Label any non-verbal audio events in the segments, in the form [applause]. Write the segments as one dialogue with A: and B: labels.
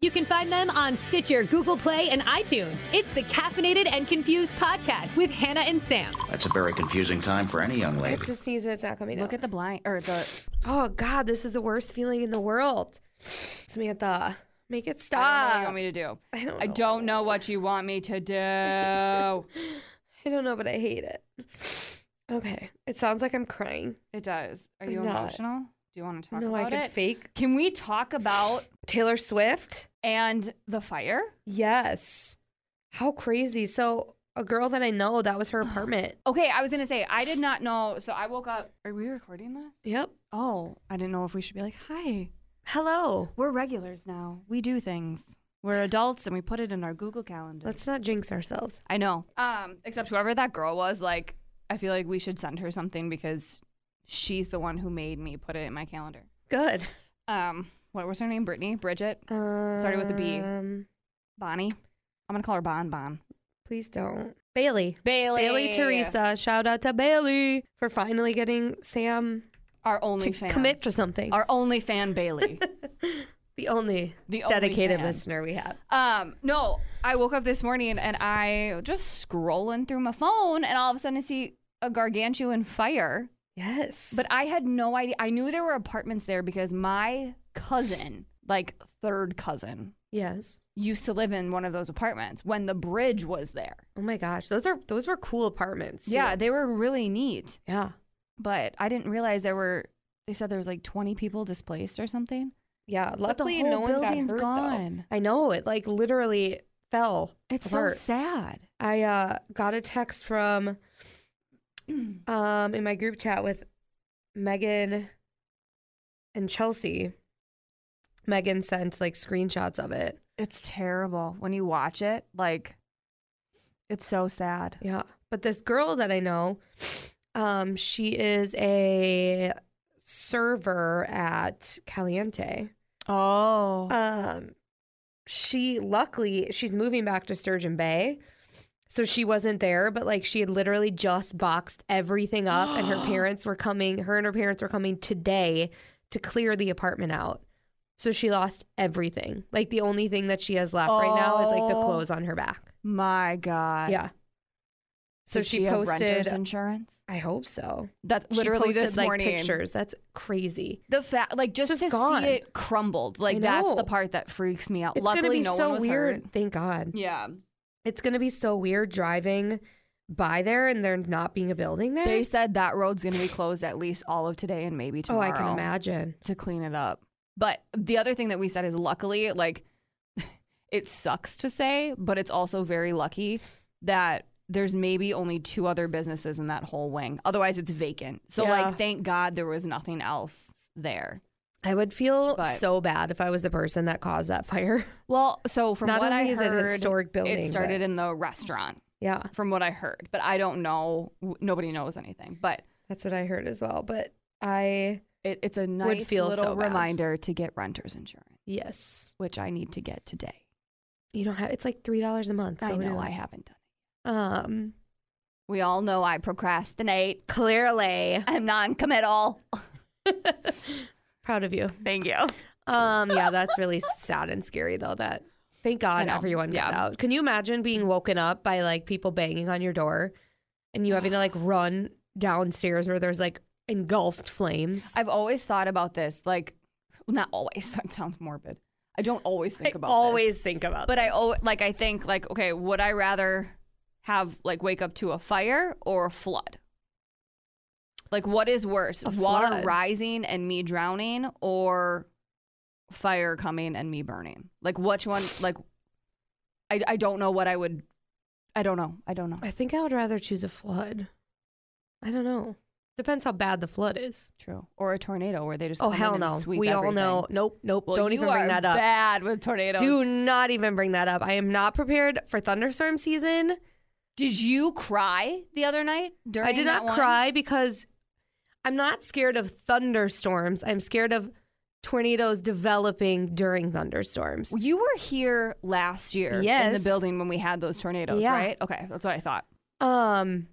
A: You can find them on Stitcher, Google Play, and iTunes. It's the Caffeinated and Confused podcast with Hannah and Sam.
B: That's a very confusing time for any young
C: I have
B: lady.
C: to sneeze and it's not coming
D: Look
C: out.
D: at the blind or the.
C: oh God, this is the worst feeling in the world. Samantha, make it stop.
D: I don't know what you want me to do.
C: I don't
D: I don't know what you want me to do.
C: [laughs] I don't know, but I hate it. Okay, it sounds like I'm crying.
D: it does. Are
C: I'm
D: you
C: not.
D: emotional? Do you want to talk
C: no, I
D: about
C: could
D: it?
C: fake
D: Can we talk about
C: Taylor Swift.
D: and the fire?
C: Yes. How crazy. So a girl that I know, that
D: [gasps]
C: was her apartment.
D: Okay, I was gonna say I did not know. So I woke up. Are we recording this?
C: Yep.
D: Oh, I didn't know if we should be like, hi.
C: Hello.
D: We're regulars now. We do things. We're adults and we put it in our Google Calendar.
C: Let's not jinx ourselves.
D: I know. Um, except whoever that girl was, like, I feel like we should send her something because she's the one who made me put it in my calendar.
C: Good.
D: Um, what was her name? Brittany, Bridget,
C: Um,
D: Started with a B.
C: Um,
D: Bonnie. I'm gonna call her Bon Bon.
C: please don't. Bailey.
D: Bailey,
C: Bailey Teresa. Shout out to Bailey for finally getting Sam
D: our only
C: to
D: fan,
C: commit to something.
D: our only
C: [laughs]
D: fan, Bailey,
C: the only
D: the only
C: dedicated
D: fan.
C: listener we have.
D: Um, no, I woke up this morning and I just scrolling through my phone, and all of a sudden I see a gargantuan fire.
C: Yes.
D: But I had no idea. I knew there were apartments there because my cousin, like third cousin,
C: yes.
D: used to live in one of those apartments when the bridge was there.
C: Oh my gosh, those are those were cool apartments. too.
D: Yeah, they were really neat,
C: Yeah.
D: but I didn't realize there were. They said there was like 20 people displaced or something.
C: Yeah.
D: But the
C: Luckily,
D: whole
C: no one got hurt.
D: building's
C: though.
D: gone.
C: I know it. Like literally fell.
D: It's
C: apart.
D: so sad.
C: I uh, got a text from [clears throat] um, in my group chat with Megan and Chelsea. Megan sent like screenshots of it.
D: It's terrible when you watch it. Like, it's so sad.
C: Yeah. But this girl that I know, [sniffs] um, she is a server at Caliente.
D: Oh,
C: Um, she luckily she's moving back to Sturgeon Bay, so she wasn't there. But like she had literally just boxed everything up, and
D: [gasps]
C: her parents were coming. Her and her parents were coming today to clear the apartment out. So she lost everything. Like the only thing that she has left right now is like the
D: Oh.
C: clothes on her back.
D: my God.
C: Yeah. So
D: Did
C: she,
D: have
C: posted.
D: renter's insurance.
C: I hope so.
D: That's
C: She
D: literally
C: posted,
D: this
C: like,
D: morning.
C: pictures. That's crazy.
D: The fact, like, just
C: just
D: to
C: gone.
D: see it crumbled,
C: I
D: like that's
C: know.
D: the part that freaks me out.
C: It's
D: Luckily,
C: gonna be
D: no
C: so
D: one was
C: weird.
D: hurt.
C: Thank God.
D: Yeah,
C: It's gonna be so weird driving by there and there not being a building there.
D: they said that road's going to be closed at least all of today and maybe
C: oh,
D: tomorrow.
C: I can imagine.
D: to clean it up. But the other thing that we said is luckily, like, [laughs] it sucks to say, but it's also very lucky that there's maybe only two other businesses in that whole wing. Otherwise, it's vacant. So,
C: Yeah.
D: like, thank God there was nothing else there.
C: I would feel
D: But-
C: so bad if I was the person that caused that fire. [laughs]
D: Well, so from
C: Not
D: what I
C: only is it a
D: heard,
C: historic building,
D: it started in the restaurant.
C: Yeah,
D: From what I heard, but I don't know. W- Nobody knows anything. But
C: that's what I heard as well. But I
D: it, it's a nice
C: feel
D: little
C: so bad.
D: reminder to get renter's insurance,
C: yes,
D: which I need to get today.
C: you don't have. It's like three dollars a month.
D: I
C: Go
D: know
C: do
D: I
C: it.
D: haven't done.
C: Um,
D: it. We all know I procrastinate.
C: clearly
D: I'm non-committal.
C: proud of you.
D: Thank you.
C: Um, yeah, that's really sad and scary though. That thank
D: I
C: God
D: know.
C: everyone got
D: Yeah.
C: out. Can you imagine being woken up by like people banging on your door, and you having
D: [sighs]
C: to like run downstairs where there's like engulfed flames?
D: [laughs] I've always thought about this. Like, not always. [laughs] That sounds morbid. I don't always think about
C: always
D: this.
C: think about.
D: But I al- like I think like okay, would I rather have like wake up to a fire or a flood? Like what is worse,
C: A
D: water
C: flood.
D: rising and me drowning or fire coming and me burning? Like
C: [sighs]
D: which one like I I don't know what I would I don't know. I don't know.
C: I think I would rather choose a flood. I don't know. Depends how bad the flood is.
D: True. Or a tornado where they just
C: Oh
D: come
C: hell
D: in and
C: no.
D: sweep
C: We all
D: everything.
C: know. Nope, nope.
D: Well,
C: don't
D: you
C: even bring
D: are
C: that up.
D: Bad with tornadoes.
C: Do not even bring that up. I am not prepared for thunderstorm season.
D: did you cry the other night during?
C: I did
D: that
C: not
D: one?
C: cry because I'm not scared of thunderstorms. I'm scared of tornadoes developing during thunderstorms.
D: Well, You were here last year in
C: Yes.
D: the building when we had those tornadoes,
C: Yeah.
D: right? Okay, that's what I thought.
C: Um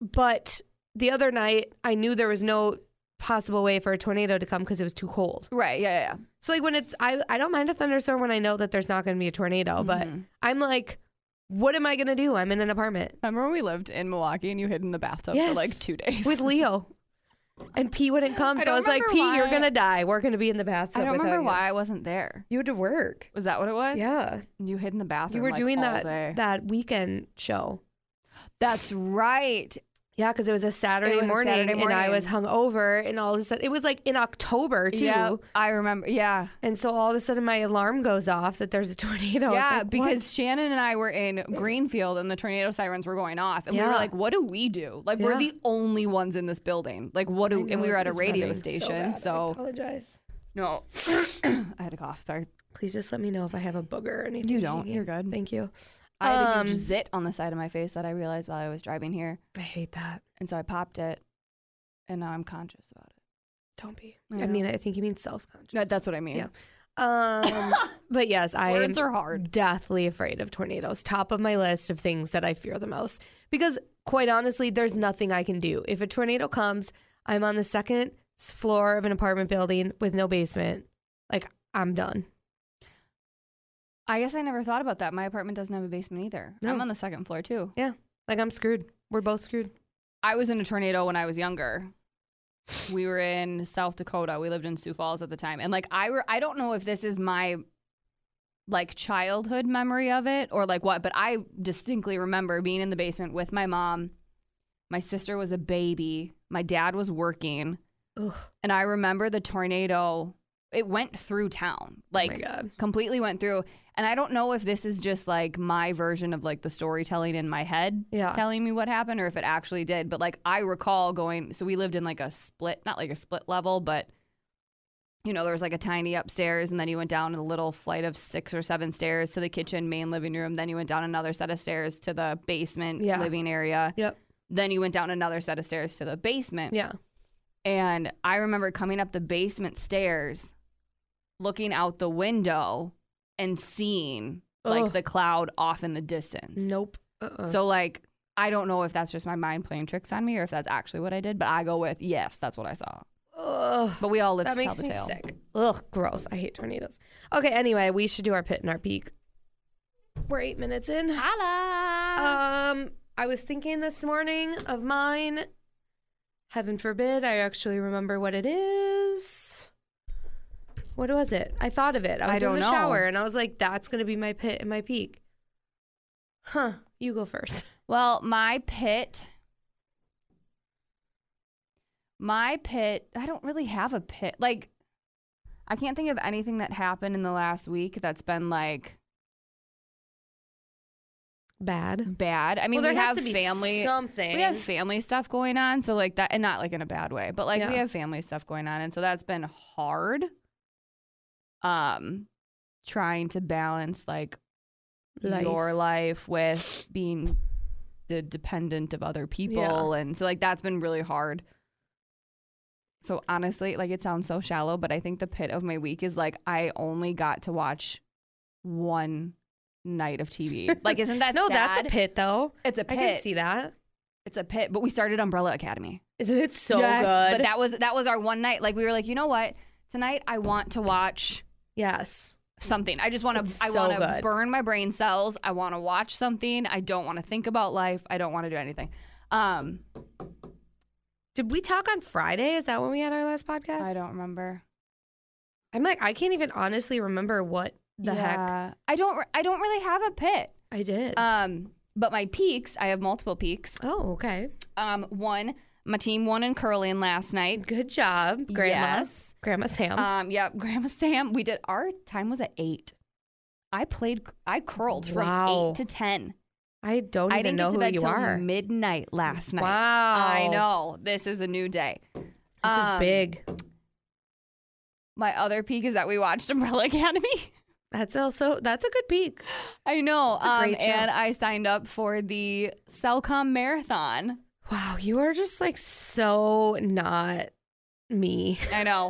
C: but the other night I knew there was no possible way for a tornado to come because it was too cold.
D: Right. Yeah. Yeah. yeah.
C: So like when it's I I don't mind a thunderstorm when I know that there's not going to be a tornado, but
D: Mm-hmm.
C: I'm like, what am I going to do? I'm in an apartment
D: Remember when we lived in Milwaukee and you hid in the bathtub for like
C: Yes.
D: two days? [laughs]
C: with Leo, and P wouldn't come, so I,
D: don't
C: was like,
D: remember
C: P, you're
D: why-
C: going to die. We're going to be in the bathtub.
D: I don't
C: without
D: remember
C: you."
D: why I wasn't there.
C: you had to work.
D: Was that what it was?
C: Yeah,
D: And You hid in the bathroom.
C: you were
D: like,
C: doing
D: all
C: that
D: day.
C: that weekend show.
D: [laughs] That's right.
C: Yeah, because it was a Saturday,
D: was a
C: morning,
D: Saturday
C: and I was
D: morning.
C: hungover, and all of a sudden it was like in October too,
D: Yeah, I remember. Yeah,
C: and so all of a sudden my alarm goes off that there's a [laughs] tornado. It's
D: yeah,
C: like, what?
D: because Shannon and I were in Greenfield and the tornado sirens were going off, and we
C: Yeah.
D: were like, "What do we do? Like, we're
C: Yeah.
D: the only ones in this building. Like, what do?"
C: I
D: And
C: know
D: we were
C: this
D: at a
C: is
D: radio
C: rubbing
D: station,
C: bad. I
D: so,
C: apologize.
D: no, [coughs] I had a cough. Sorry,
C: Please just let me know if I have a booger or anything.
D: You don't.
C: hanging.
D: You're good.
C: Thank you.
D: I had a
C: Um,
D: huge zit on the side of my face that I realized while I was driving here,
C: I hate that.
D: and so I popped it, and now I'm conscious about it.
C: Don't be.
D: I
C: I, mean,
D: know.
C: I think you mean self-conscious.
D: No, that's what I mean.
C: Yeah.
D: [laughs]
C: um, but yes, I
D: Words
C: am
D: are hard.
C: deathly afraid of tornadoes. Top of my list of things that I fear the most because, quite honestly, there's nothing I can do. If a tornado comes, I'm on the second s- floor of an apartment building with no basement. Like I'm done.
D: I guess I never thought about that. My apartment doesn't have a basement either.
C: No.
D: I'm on the second floor too.
C: Yeah, like I'm screwed. We're both screwed.
D: I was in a tornado when I was younger. We were in South Dakota. We lived in Sioux Falls at the time. And like I were I don't know if this is my like childhood memory of it or like what, but I distinctly remember being in the basement with my mom. My sister was a baby. My dad was working.
C: Ugh.
D: And I remember the tornado it went through town. Like
C: Oh my God.
D: completely went through. And I don't know if this is just like my version of like the storytelling in my head
C: Yeah.
D: telling me what happened or if it actually did. But like I recall going, so we lived in like a split, not like a split level, but you know, there was like a tiny upstairs and then you went down a little flight of six or seven stairs to the kitchen, main living room. Then you went down another set of stairs to the basement
C: Yeah.
D: living area.
C: Yep.
D: Then you went down another set of stairs to the basement.
C: Yeah.
D: And I remember coming up the basement stairs, looking out the window and seeing like
C: Ugh.
D: the cloud off in the distance.
C: Nope. Uh-uh.
D: So like I don't know if that's just my mind playing tricks on me or if that's actually what I did, but I go with yes, that's what I saw.
C: Ugh.
D: But we all live
C: That
D: to
C: makes
D: tell the
C: me
D: tale.
C: sick. Ugh, gross. I hate tornadoes. Okay, anyway, we should do our pit and our peak. We're eight minutes in.
D: Holla!
C: Um, I was thinking this morning of mine. Heaven forbid, I actually remember what it is. What was it? I thought of it. I was
D: I don't
C: in the
D: know.
C: shower and I was like, that's gonna be my pit and my peak. Huh. You go first.
D: well, my pit. My pit, I don't really have a pit. Like I can't think of anything that happened in the last week that's been like
C: Bad.
D: bad. I mean,
C: well, there
D: we
C: has
D: have
C: to be
D: family.
C: something.
D: We have family stuff going on, so like that, and not like in a bad way, but like we
C: Yeah.
D: have family stuff going on, and so that's been hard. Um, trying to balance like
C: Life.
D: your life with being the dependent of other people, and so like that's been really hard. So honestly, like it sounds so shallow, but I think the pit of my week is like I only got to watch one night of TV. Like, isn't
C: [laughs]
D: that
C: no, that's a
D: sad?
C: pit though.
D: It's a pit.
C: I can see that.
D: It's a pit, but we started Umbrella Academy.
C: Isn't it so
D: But that was that was our one night. Like we were like, you know what? Tonight I want to watch
C: yes.
D: something. I just want
C: It's
D: to. I
C: so
D: want to
C: good.
D: burn my brain cells. I want to watch something. I don't want to think about life. I don't want to do anything. Um,
C: Did we talk on Friday? Is that when we had our last podcast?
D: I don't remember
C: I'm like, I can't even honestly remember what the heck
D: Yeah. I don't. re- I don't really have a pit.
C: I did.
D: Um, but my peaks. I have multiple peaks.
C: oh, okay.
D: Um, one. My team won in curling last night.
C: Good job, Grandma.
D: Yes.
C: Grandma Sam.
D: Um, yeah, [laughs] Grandma Sam. We did our time was at eight. I played, I curled
C: Wow.
D: from eight to ten.
C: I don't
D: I
C: even
D: didn't
C: know
D: get to
C: who
D: bed
C: you
D: till
C: are.
D: midnight last night.
C: Wow.
D: I know this is a new day.
C: This is
D: Um,
C: big.
D: My other peak is that we watched [laughs] Umbrella Academy.
C: That's also that's a good peak.
D: I know,
C: a
D: um,
C: great show.
D: and I signed up for the Cellcom marathon.
C: Wow, you are just like so not me.
D: I [laughs] know.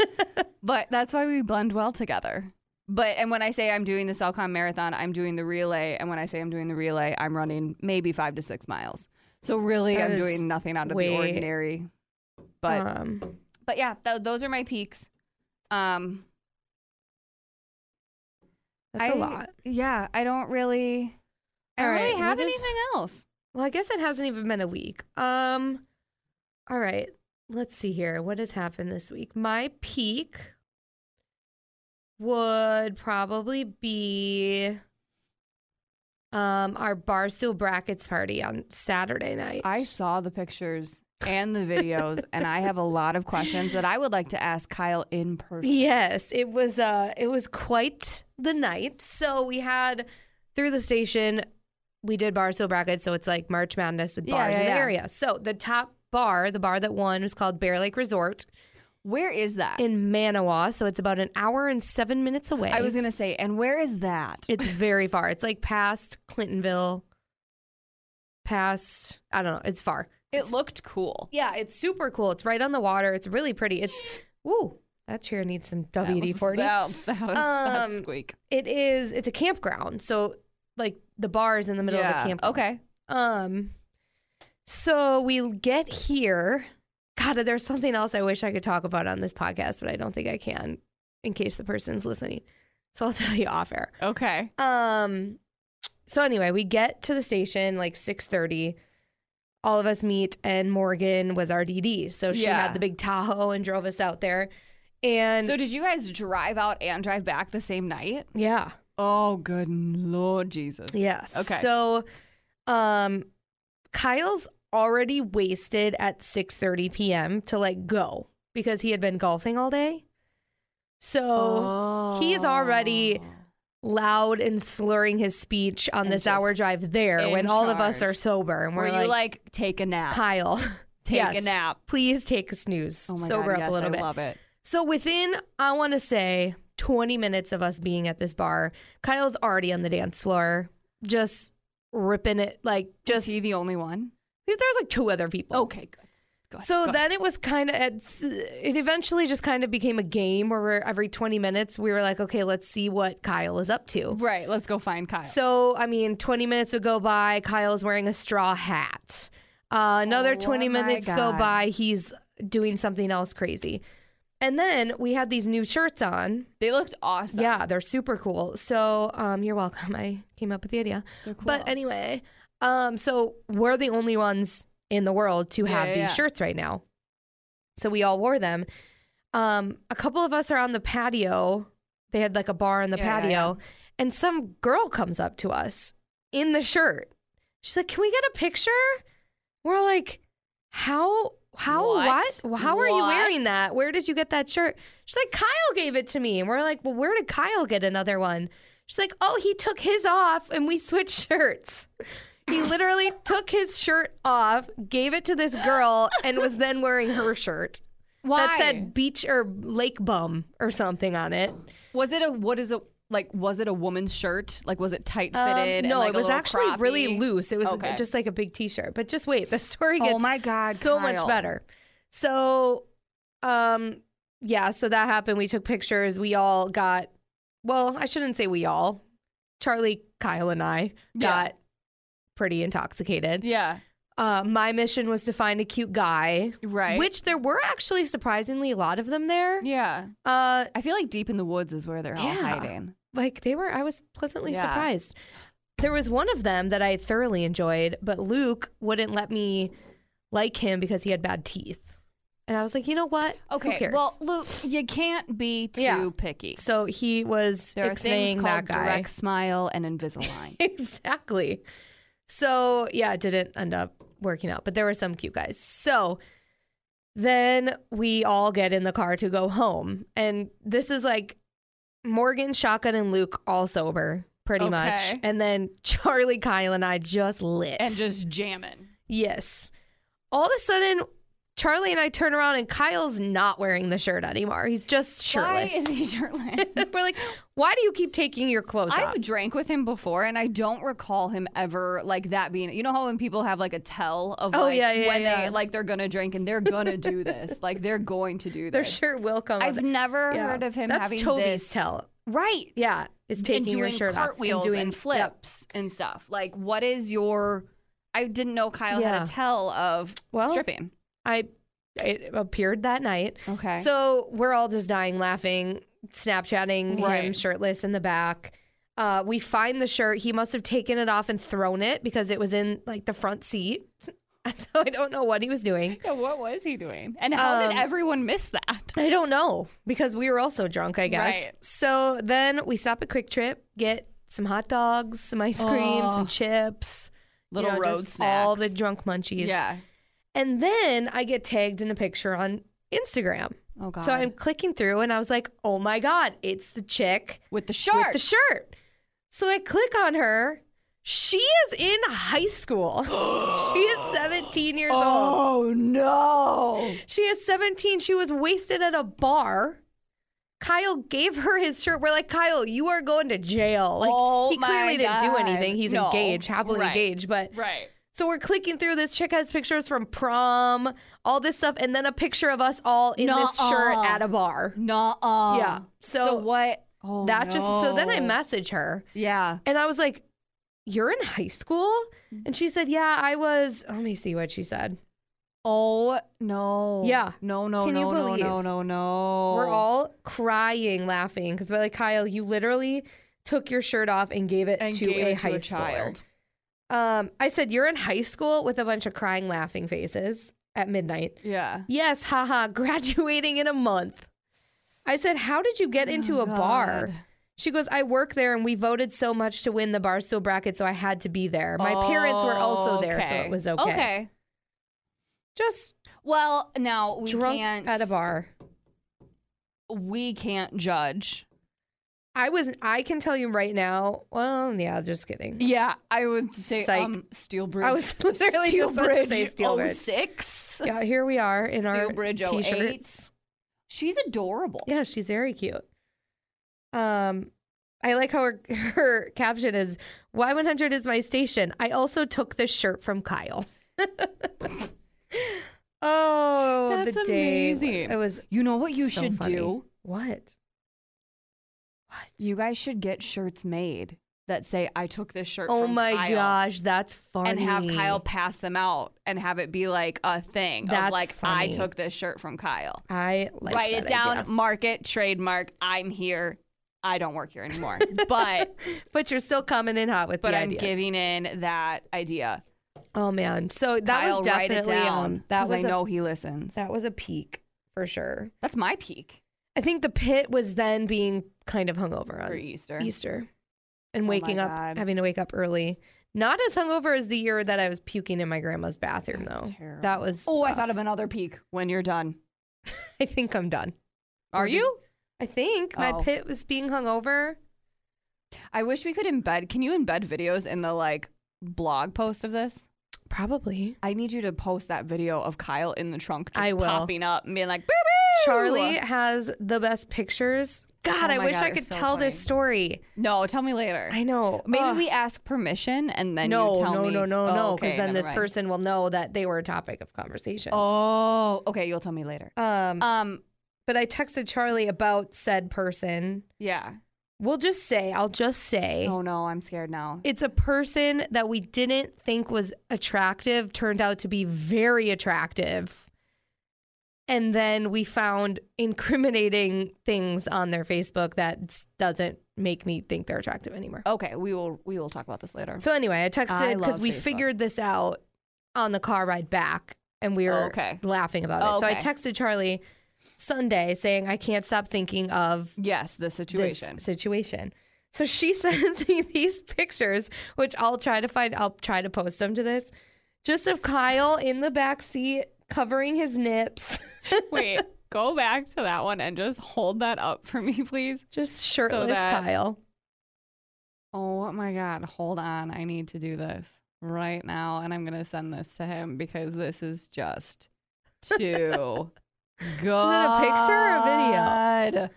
D: but that's why we blend well together. But and when I say I'm doing the Cellcom marathon, I'm doing the relay. And when I say I'm doing the relay, I'm running maybe five to six miles. So really,
C: That
D: I'm
C: is
D: doing nothing out of
C: way-
D: the ordinary. But
C: um,
D: But yeah, th- those are my peaks. Um,
C: That's a
D: I-
C: lot.
D: Yeah, I don't really. I
C: All
D: don't
C: right,
D: really have
C: what is-
D: anything else.
C: Well, I guess it hasn't even been a week. Um, all right. Let's see here. What has happened this week? My peak would probably be um our barstool brackets party on Saturday night.
D: I saw the pictures and the videos, and I have a lot of questions that I would like to ask Kyle in person.
C: Yes, it was uh it was quite the night. So we had through the station we did Barstool brackets, so it's like March Madness with
D: Yeah,
C: bars
D: yeah,
C: in the
D: yeah.
C: area. So the top bar, the bar that won was called Bear Lake Resort
D: Where is that?
C: in Manawa, so it's about an hour and 7 minutes away.
D: I was gonna say, and where is that?
C: it's very far. It's like past Clintonville past I don't know, it's far.
D: It looked cool.
C: Yeah, it's super cool. It's right on the water. It's really pretty. It's ooh, that chair needs some WD-40.
D: That, was- that, was- that
C: Um,
D: squeak.
C: it is it's a campground so like the bar is in the middle of
D: Yeah,
C: a campground
D: Okay.
C: um so we get here god there's something else i wish i could talk about on this podcast but i don't think i can in case the person's listening so i'll [laughs] tell you off air
D: Okay.
C: um so anyway we get to the station like 6.30 all of us meet and morgan was our dd so she
D: Yeah.
C: had the big tahoe and drove us out there and
D: So did you guys drive out and drive back the same night?
C: yeah
D: Oh, good Lord Jesus.
C: Yes.
D: Okay.
C: So, um, Kyle's already wasted at 6:30 p.m. to like go because he had been golfing all day. So
D: Oh.
C: he's already loud and slurring his speech on
D: And
C: this hour
D: just
C: drive there
D: in
C: when all of us
D: charge.
C: are sober and
D: Were
C: we're like,
D: you like take a nap? [laughs]
C: Kyle,
D: Take
C: yes,
D: a nap.
C: Please take a snooze.
D: Oh my
C: sober
D: God,
C: up
D: yes,
C: a little
D: I
C: bit.
D: Love it.
C: So within, I want to say, 20 minutes of us being at this bar, Kyle's already on the dance floor, just ripping it. Like, just
D: Just he the only one?
C: there's like two other people.
D: Okay, good. Go ahead,
C: So
D: go ahead.
C: then it was kind of it eventually just kind of became a game where we're, every 20 minutes we were like, okay, let's see what Kyle is up to.
D: right, let's go find Kyle.
C: So, I mean, 20 minutes would go by. Kyle's wearing a straw hat. Uh, another
D: Oh
C: 20
D: my
C: minutes go
D: God.
C: by. He's doing something else crazy. And then we had these new shirts on.
D: they looked awesome.
C: Yeah, they're super cool. So, um, you're welcome. I came up with the idea.
D: They're cool.
C: But anyway, um, so we're the only ones in the world to have
D: Yeah, yeah,
C: these
D: yeah.
C: shirts right now. So we all wore them. Um, a couple of us are on the patio. They had like a bar in the
D: Yeah, yeah,
C: patio, and some girl comes up to us in the shirt. She's like, "Can we get a picture?" We're like, "How? How? What?
D: What?
C: How are you wearing
D: What?
C: that? Where did you get that shirt?" She's like, "Kyle gave it to me." And we're like, "Well, where did Kyle get another one?" She's like, "Oh, he took his off, and we [laughs] switched shirts." He literally took his shirt off, gave it to this girl, and was then wearing her shirt
D: Why?
C: that said beach or lake bum or something on it.
D: was it a what is a like was it a woman's shirt? Like was it tight fitted?
C: Um, no,
D: and, like,
C: it
D: a
C: was
D: little
C: actually really
D: crappy?
C: loose. It was
D: Okay.
C: just like a big T-shirt. But just wait, the story
D: Oh
C: gets
D: my God,
C: so much
D: Kyle.
C: better. So, um, yeah, so that happened. We took pictures. We all got. Well, I shouldn't say we all. Charlie, Kyle, and I
D: Yeah.
C: got pretty intoxicated.
D: Yeah.
C: Uh, my mission was to find a cute guy,
D: Right.
C: which there were actually surprisingly a lot of them there.
D: Yeah.
C: Uh,
D: I feel like deep in the woods is where they're all
C: Yeah.
D: hiding.
C: like they were i was pleasantly
D: Yeah.
C: surprised there was one of them that i thoroughly enjoyed but luke wouldn't let me like him because he had bad teeth and i was like you know what Who
D: Okay.
C: cares?
D: Well, Luke, you can't be too
C: Yeah.
D: picky.
C: so he was
D: There are things
C: ixnaying that
D: called
C: guy
D: direct smile
C: [laughs]
D: and Invisalign.
C: exactly so yeah it didn't end up working out but there were some cute guys so then we all get in the car to go home and this is like Morgan, Shotgun, and Luke all sober, pretty much.
D: Okay.
C: And then Charlie, Kyle, and I just lit.
D: and just jamming.
C: yes. All of a sudden, Charlie and I turn around, and Kyle's not wearing the shirt anymore. He's just shirtless.
D: Why is
C: [laughs]
D: he shirtless?
C: We're like, why do you keep taking your clothes off?
D: I've drank with him before, and I don't recall him ever like that being. You know how when people have like a tell of
C: Oh,
D: like
C: yeah, yeah,
D: when
C: yeah.
D: they like they're gonna drink and they're gonna do this, like they're going
C: [laughs]
D: to do this.
C: Their shirt will come off.
D: I've never
C: Yeah.
D: heard of him
C: That's
D: having
C: Toby's
D: this
C: tell.
D: right?
C: Yeah, is
D: and
C: taking
D: doing
C: your shirt off
D: cartwheels and,
C: doing Yep.
D: flips and stuff. Like, what is your? I didn't know Kyle
C: Yeah.
D: had a tell of
C: Well,
D: stripping.
C: I it appeared that night.
D: Okay.
C: So we're all just dying laughing, Snapchatting him
D: Right.
C: shirtless in the back. Uh, we find the shirt. He must have taken it off and thrown it because it was in like the front seat. [laughs] so I don't know what he was doing.
D: Yeah, what was he doing? And how
C: Um,
D: did everyone miss that?
C: I don't know because we were also drunk, I guess.
D: Right.
C: So then we stop at Quick Trip, get some hot dogs, some ice cream, some chips, you
D: Little
C: know,
D: road
C: just all
D: snacks.
C: the drunk munchies.
D: Yeah.
C: And then I get tagged in a picture on Instagram.
D: Oh god.
C: So I'm clicking through and I was like, oh my God, it's the chick
D: with the shark.
C: with the shirt. So I click on her. She is in high school.
D: [gasps]
C: she is 17 years old.
D: oh no.
C: She is 17. She was wasted at a bar. Kyle gave her his shirt. We're like, Kyle, you are going to jail. Like
D: Oh
C: he
D: my
C: clearly didn't do
D: God.
C: anything. He's
D: No.
C: engaged, happily
D: Right.
C: engaged. But
D: Right.
C: so we're clicking through this chick has pictures from prom, all this stuff, and then a picture of us all in this shirt
D: Nuh-uh.
C: at a bar.
D: Nuh-uh.
C: Yeah. So-
D: what? Oh,
C: that just so then I
D: no.
C: message her
D: Yeah.
C: and I was like, You're in high school? And she said, Yeah, I was let me see what she said.
D: Oh no.
C: Yeah.
D: No. No.
C: Can you
D: no. No.
C: believe?
D: No. No. No.
C: We're all crying laughing because we're like, Kyle, you literally took your shirt off and gave it
D: and
C: to
D: gave
C: a
D: it to
C: high
D: a
C: schooler.
D: child.
C: Um, I said, You're in high school with a bunch of crying laughing faces at midnight.
D: Yeah.
C: Yes, haha, [laughs] graduating in a month. I said, How did you get into a bar?
D: Oh, God.
C: She goes, I work there and we voted so much to win the Barstool bracket, so I had to be there. My parents were also there, so
D: Oh, Okay.
C: it was okay.
D: Okay.
C: Just
D: Well, now we
C: drunk
D: can't
C: at a bar.
D: We can't judge.
C: I was I can tell you right now, well, yeah, just kidding.
D: Yeah, I would say
C: Psych.
D: um, Steelbridge.
C: I was [laughs] literally
D: Steel
C: just about to say
D: Bridge
C: Steelbridge.
D: 06. [laughs]
C: Yeah, here we are in our
D: Steelbridge 08.
C: t-shirts.
D: She's adorable.
C: Yeah, she's very cute. Um I like how her, [laughs] her caption is Y100 is my station. I also took this shirt from Kyle. [laughs] oh,
D: That's
C: the day.
D: amazing.
C: It was
D: You know what you
C: so
D: should
C: funny.
D: do?
C: What?
D: You guys should get shirts made that say "I took this shirt."
C: Oh
D: from
C: my
D: Kyle,"
C: gosh, that's funny.
D: And have Kyle pass them out and have it be like a thing
C: That's
D: of like
C: funny.
D: I took this shirt from Kyle.
C: I like
D: Write
C: that
D: it down,
C: idea.
D: mark it, trademark. I'm here. I don't work
C: [laughs]
D: here anymore, but
C: But you're still coming in hot with
D: but
C: the
D: I'm
C: ideas.
D: giving in that idea.
C: Oh man, so that
D: Kyle,
C: was
D: write it
C: definitely
D: down,
C: um, that
D: 'cause
C: was
D: I
C: a,
D: know he listens.
C: that was a peak for sure.
D: That's my peak
C: I think the pit was then being kind of hungover on
D: for Easter.
C: Easter and
D: Oh my
C: waking up,
D: God.
C: having to wake up early. Not as hungover as the year that I was puking in my grandma's bathroom,
D: That's
C: though.
D: terrible.
C: That was.
D: Oh, I
C: rough.
D: thought of another peak when you're done.
C: [laughs] I think I'm done.
D: Are
C: Or just-
D: you?
C: I think my
D: Oh.
C: pit was being hungover.
D: I wish we could embed. Can you embed videos in the like blog post of this?
C: Probably.
D: I need you to post that video of Kyle in the trunk just
C: I will.
D: popping up and being like, boo boo.
C: Charlie has the best pictures. God,
D: Oh
C: I
D: my
C: wish
D: God,
C: I
D: it's
C: could
D: so
C: tell this
D: funny.
C: story.
D: No, tell me later.
C: I know.
D: Maybe
C: Ugh.
D: we ask permission and then
C: no,
D: you tell
C: no,
D: me.
C: no, no,
D: Oh,
C: no, because
D: okay,
C: then
D: never
C: this
D: mind.
C: person will know that they were a topic of conversation.
D: Oh, okay. You'll tell me later.
C: Um,
D: Um,
C: but I texted Charlie about said person.
D: yeah.
C: We'll just say, I'll just say,
D: Oh no, I'm scared now.
C: it's a person that we didn't think was attractive turned out to be very attractive. And then we found incriminating things on their Facebook that s- doesn't make me think they're attractive anymore.
D: Okay, we will we will talk about this later.
C: So anyway, I texted because
D: love
C: we
D: Facebook.
C: figured this out on the car ride back, and we were
D: Okay.
C: laughing about it. So I
D: Okay.
C: texted Charlie Sunday saying I can't stop thinking of
D: yes, the situation. [laughs]
C: this situation. So she [laughs] sends me these pictures, which I'll try to find. I'll try to post them to this, just of Kyle in the back seat covering his nips, [laughs]
D: Wait, go back to that one and just hold that up for me, [laughs] please.
C: just shirtless
D: that-
C: Kyle.
D: Oh my God, hold on. I need to do this right now. And I'm going to send this to him because this is just
C: [laughs]
D: too
C: a
D: God.
C: picture or a
D: video?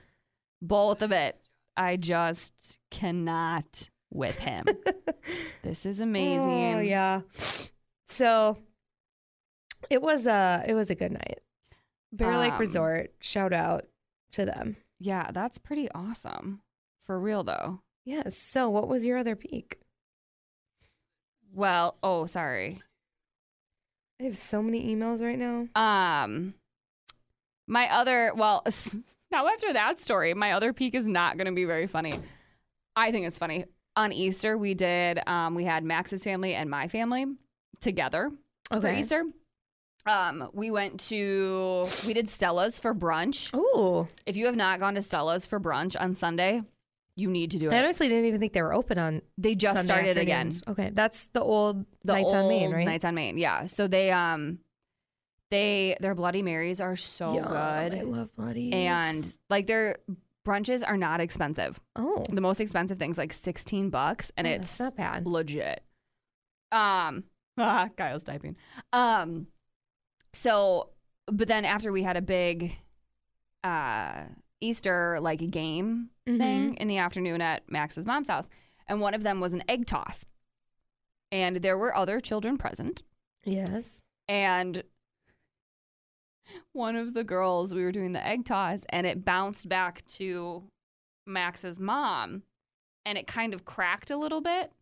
D: Both of it. I just cannot with him.
C: [laughs]
D: this is amazing.
C: Oh, yeah. So it was a it was a good night. Bear Lake
D: Um,
C: Resort. Shout out to them.
D: Yeah, that's pretty awesome. For real, though.
C: Yes. So what was your other peak?
D: Well, oh, sorry.
C: I have so many emails right now.
D: Um, My other, well, [laughs] now after that story, my other peak is not going to be very funny. I think it's funny. On Easter, we did, um, we had Max's family and my family together for
C: Okay.
D: Easter. Um, we went to, we did Stella's for brunch.
C: Ooh.
D: If you have not gone to Stella's for brunch on Sunday, you need to do
C: I
D: it.
C: honestly didn't even think they were open on
D: They just
C: Sunday
D: started again.
C: afternoons. Okay, that's the old
D: the
C: nights
D: old
C: on Main, right?
D: Nights on Main, yeah. So they um, they their Bloody Marys are so
C: Yum, I
D: good,
C: love bloody.
D: and like their brunches are not expensive.
C: oh,
D: The most expensive thing's like sixteen bucks, and
C: Oh, that's
D: it's
C: not bad.
D: legit. Um, ah, Kyle's typing. Um, so but then after we had a big, uh, Easter like game
C: Mm-hmm.
D: thing in the afternoon at Max's mom's house, and one of them was an egg toss. And there were other children present,
C: yes.
D: and one of the girls we were doing the egg toss, and it bounced back to Max's mom, and it kind of cracked a little bit.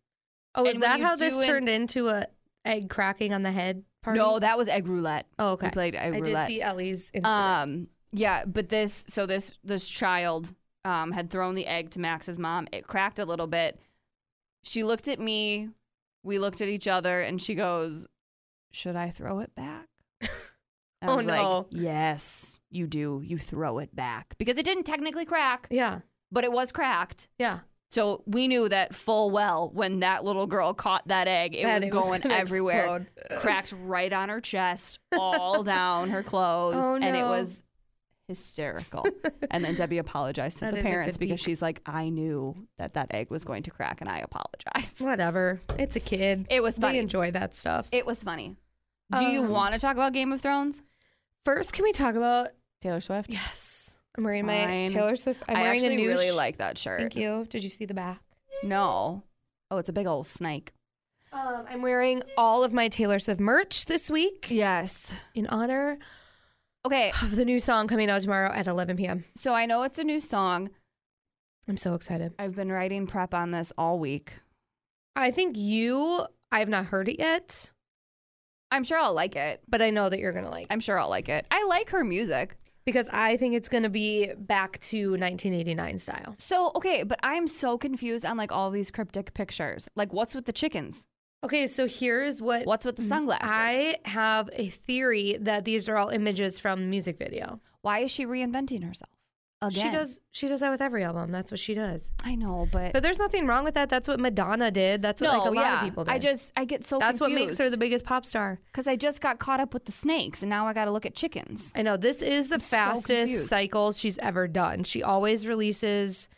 C: Oh, is
D: And when
C: that
D: you
C: how this
D: do an-
C: turned into a egg cracking on the head party?
D: No, that was egg roulette.
C: Oh,
D: We
C: okay.
D: played egg
C: I
D: roulette.
C: did see Ellie's Instagram.
D: Um, yeah, but this so this this child um, had thrown the egg to Max's mom. It cracked a little bit. She looked at me. We looked at each other, and she goes, "Should I throw it
C: [laughs]
D: back?" And I
C: Oh,
D: was
C: no.
D: Like, yes, you do. You throw it back because it didn't technically crack,
C: yeah,
D: but it was cracked.
C: yeah.
D: So we knew that full well when that little girl caught that egg, it
C: That
D: was
C: it was
D: going
C: gonna
D: everywhere.
C: explode.
D: Cracked right on her chest, all down her clothes.
C: Oh,
D: And it
C: no.
D: was hysterical. and then Debbie apologized to
C: That
D: the
C: is a
D: parents
C: good peek.
D: because she's like, I knew that that egg was going to crack and I apologize.
C: Whatever. It's a kid.
D: It was funny.
C: They enjoy that stuff.
D: It was funny. Do you
C: Um,
D: want to talk about Game of Thrones?
C: First, can we talk about?
D: Taylor Swift?
C: Yes, I'm wearing my
D: Fine.
C: Taylor Swift. I'm
D: I
C: wearing
D: actually
C: a new.
D: really
C: sh-
D: like that shirt.
C: Thank you. Did you see the back?
D: No. Oh, it's a big old snake.
C: Um, I'm wearing all of my Taylor Swift merch this week
D: Yes.
C: in honor
D: Okay.
C: of the new song coming out tomorrow at 11 p.m.
D: So I know it's a new song.
C: I'm so excited.
D: I've been writing prep on this all week.
C: I think you, I have not heard it yet,
D: I'm sure I'll like it.
C: but I know that you're going to like it
D: I'm sure I'll like it. I like her music.
C: because I think it's going to be back to 1989 style.
D: So, okay, but I'm so confused on like all these cryptic pictures. Like, what's with the chickens?
C: Okay, so here's what
D: What's with the sunglasses?
C: I have a theory that these are all images from the music video.
D: Why is she reinventing herself? Again.
C: She does she does that with every album. That's what she does.
D: I know, but.
C: But there's nothing wrong with that. That's what Madonna did. That's what
D: no,
C: like a lot
D: yeah.
C: of people did.
D: I just, I get so
C: That's what makes her the biggest pop star.
D: Because I just got caught up with the snakes and now I got to look at chickens.
C: I know this is the
D: I'm so
C: fastest
D: confused.
C: cycle she's ever done. She always releases